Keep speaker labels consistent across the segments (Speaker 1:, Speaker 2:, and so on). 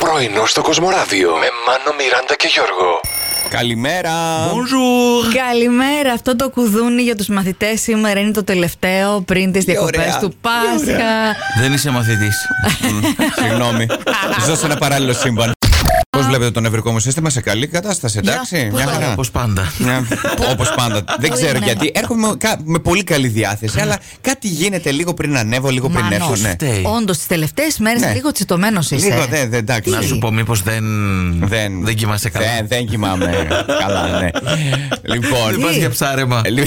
Speaker 1: Πρωινό στο Κοσμοράδιο με Μάνο, Μιράντα και Γιώργο.
Speaker 2: Καλημέρα.
Speaker 3: Bonjour.
Speaker 4: Καλημέρα. Αυτό το κουδούνι για τους μαθητές σήμερα είναι το τελευταίο πριν τις διακοπέ
Speaker 2: ωραία.
Speaker 4: του Πάσχα.
Speaker 3: Δεν είσαι μαθητής.
Speaker 2: Συγγνώμη. Ζω σε ένα παράλληλο σύμπαν. Πώς βλέπετε το νευρικό μου σύστημα σε καλή κατάσταση, εντάξει. Μια χαρά.
Speaker 3: Όπως Ε, πάντα.
Speaker 2: Όπως πάντα. Δεν
Speaker 4: Πού
Speaker 2: ξέρω
Speaker 4: είναι?
Speaker 2: γιατί. Έρχομαι κα- με πολύ καλή διάθεση, αλλά κάτι γίνεται λίγο πριν ανέβω, λίγο πριν
Speaker 4: Μάνος.
Speaker 2: έρθω. Ναι.
Speaker 3: Φταίει.
Speaker 4: Όντως, τις τελευταίες μέρες
Speaker 2: Ναι.
Speaker 4: λίγο τσιτωμένος είσαι.
Speaker 2: Λίγο ναι. δεν, δεν, εντάξει.
Speaker 3: Να σου πω, μήπως δεν.
Speaker 2: Δεν,
Speaker 3: Δεν κοιμάσαι καλά.
Speaker 2: Δεν, δεν κοιμάμαι καλά, ναι.
Speaker 3: Δεν
Speaker 2: λοιπόν.
Speaker 3: πας για ψάρεμα.
Speaker 2: ε, λι-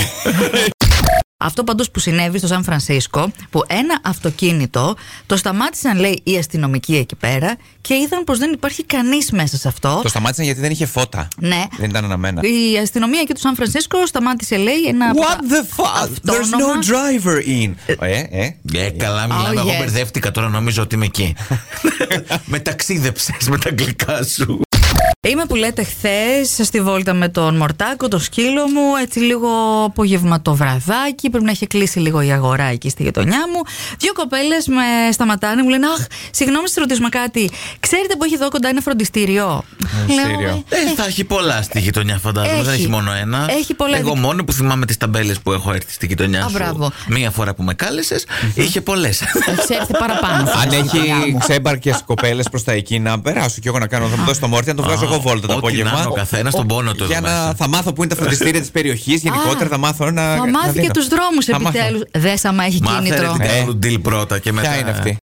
Speaker 4: Αυτό παντού που συνέβη στο Σαν Φρανσίσκο, που ένα αυτοκίνητο το σταμάτησαν, λέει, οι αστυνομικοί εκεί πέρα και είδαν πως δεν υπάρχει κανείς μέσα σε αυτό.
Speaker 2: Το σταμάτησαν γιατί δεν είχε φώτα.
Speaker 4: Ναι.
Speaker 2: Δεν ήταν αναμένα.
Speaker 4: Η αστυνομία εκεί του Σαν Φρανσίσκο σταμάτησε, λέει, ένα. από
Speaker 2: What
Speaker 4: τα
Speaker 2: the fuck? There's no
Speaker 4: αυτόνομα-
Speaker 2: driver in. Ε, ε.
Speaker 3: Ε, καλά, μιλάμε.
Speaker 4: Oh,
Speaker 3: Εγώ
Speaker 4: yes.
Speaker 3: μπερδεύτηκα τώρα, νομίζω ότι είμαι εκεί. Μεταξίδεψες με τα αγγλικά σου.
Speaker 4: Είμαι που λέτε χθες στη βόλτα με τον Μορτάκο, το σκύλο μου, έτσι λίγο απογευματό βραδάκι. Πρέπει να έχει κλείσει λίγο η αγορά εκεί στη γειτονιά μου. Δύο κοπέλες με σταματάνε, μου λένε Αχ, συγγνώμη, σα ρωτήσουμε κάτι. Ξέρετε που έχει εδώ κοντά ένα φροντιστήριο.
Speaker 2: Φροντιστήριο.
Speaker 3: Ε, θα έχει πολλά στη γειτονιά, φαντάζομαι. Δεν
Speaker 4: Έχει.
Speaker 3: έχει μόνο ένα.
Speaker 4: Έχει πολλά
Speaker 3: Εγώ
Speaker 4: δικ-
Speaker 3: μόνο που θυμάμαι τις ταμπέλες που έχω έρθει στη γειτονιά
Speaker 4: Α,
Speaker 3: σου.
Speaker 4: μπράβο.
Speaker 3: Μία φορά που με κάλεσες, είχε πολλές.
Speaker 4: «Ε, Ξέρετε παραπάνω.
Speaker 2: Αν έχει ξέμπαρκες κοπέλες προς τα εκεί, να περάσω κι εγώ να κάνω. Θα μου δώσει το μόρτι, να το βγάζω εγώ βόλτα το
Speaker 3: Ό,τι να είναι
Speaker 2: απόγευμα.
Speaker 3: ο καθένας τον πόνο του.
Speaker 2: Για
Speaker 3: εδώ
Speaker 2: να
Speaker 3: μέσα.
Speaker 2: θα μάθω που είναι τα φροντιστήρια της περιοχής. Γενικότερα
Speaker 4: Α,
Speaker 2: θα μάθω να.
Speaker 4: Θα μάθει και τους δρόμους επιτέλους. Δες άμα έχει
Speaker 3: Μάθε ρε
Speaker 4: κίνητρο.
Speaker 3: την
Speaker 2: Ε.
Speaker 3: κάνουν deal πρώτα και μετά.
Speaker 2: Ποια είναι αυτή.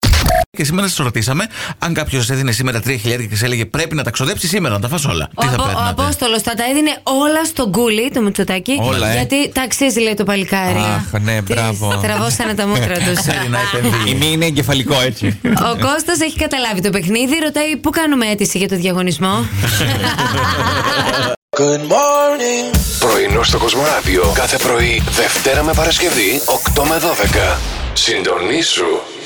Speaker 3: Και σήμερα σας ρωτήσαμε αν κάποιος σα έδινε σήμερα 3 χιλιάρια και σα έλεγε πρέπει να τα ξοδέψει σήμερα, να τα φας όλα.
Speaker 5: Ο,
Speaker 3: Τι θα
Speaker 5: Απο- ο
Speaker 3: παίρνατε.
Speaker 5: Απόστολος θα τα έδινε όλα στον κούλι, το Μητσοτάκι.
Speaker 2: Όλα, ε.
Speaker 5: Γιατί τα αξίζει, λέει το παλικάρι.
Speaker 2: Αχ, ναι,
Speaker 5: Τις
Speaker 2: μπράβο.
Speaker 5: Τραβώσανε τα μούτρα τους.
Speaker 3: Ξέρει να επενδύει.
Speaker 2: Η μη είναι εγκεφαλικό έτσι.
Speaker 5: Ο Κώστας έχει καταλάβει το παιχνίδι, ρωτάει πού κάνουμε αίτηση για το διαγωνισμό.
Speaker 1: Πρωινό στο Κοσμοράδιο κάθε πρωί, Δευτέρα με Παρασκευή, 8 με 12. Συντονίσου